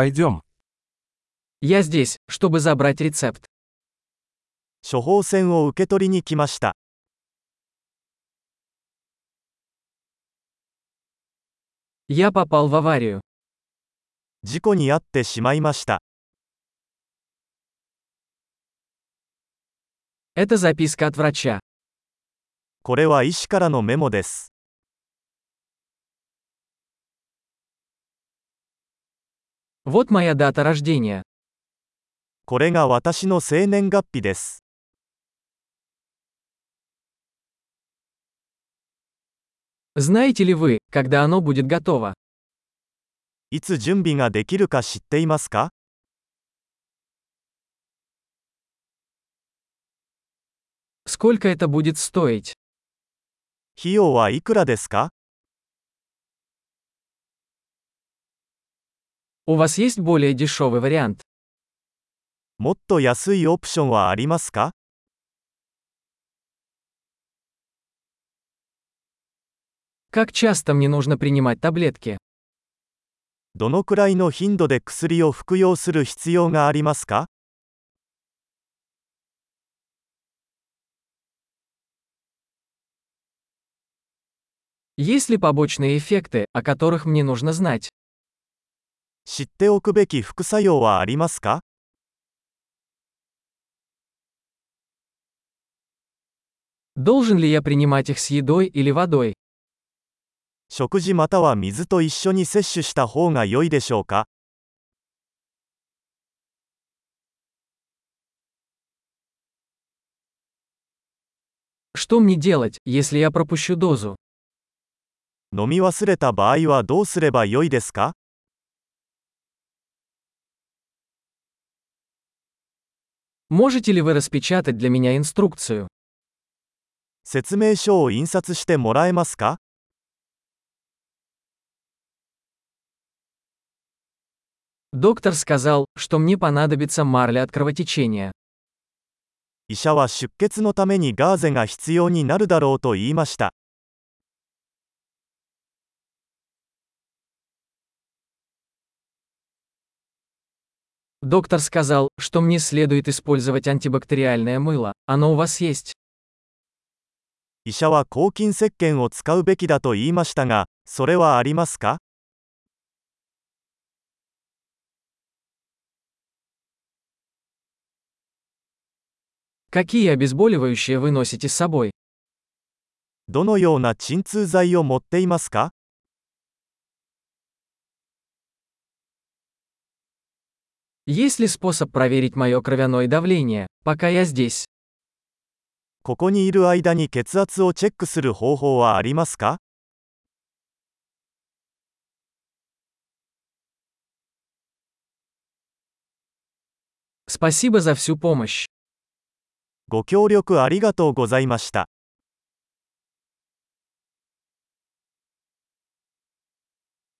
Пойдем. Я здесь, чтобы забрать рецепт. 処方箋を受け取りに来ました Я попал в аварию. 事故に遭ってしまいました Это записка от врача. これは医師からのメモです Вот моя дата рождения. これが私の生年月日です Знаете ли вы, когда оно будет готово? いつ準備ができるか知っていますか Сколько это будет стоить? 費用はいくらですか У вас есть более дешевый вариант? もっと安いオプションはありますか Как часто мне нужно принимать таблетки? どのくらいの頻度で薬を服用する必要がありますか Есть ли побочные эффекты, о которых мне нужно знать? 知っておくべき副作用はありますか Должен ли я принимать их с едой или водой? 食事または水と一緒に摂取した方が良いでしょうか Что мне делать, если я пропущу дозу? 飲み忘れた場合はどうすれば良いですか Можете ли вы распечатать для меня инструкцию? 説明書を印刷してもらえますか Доктор сказал, что мне понадобится марля от кровотечения. 医者は出血のためにガーゼが必要になるだろうと言いました。 Доктор сказал, что мне следует использовать антибактериальное мыло. Оно у вас есть. 医者は抗菌石鹸を使うべきだと言いましたが、それはありますか Какие обезболивающие вы носите с собой? どのような鎮痛剤を持っていますか Есть ли способ проверить мое кровяное давление, пока я здесь? ここにいる間に血圧をチェックする方法はありますか Спасибо за всю помощь. ご協力ありがとうございました。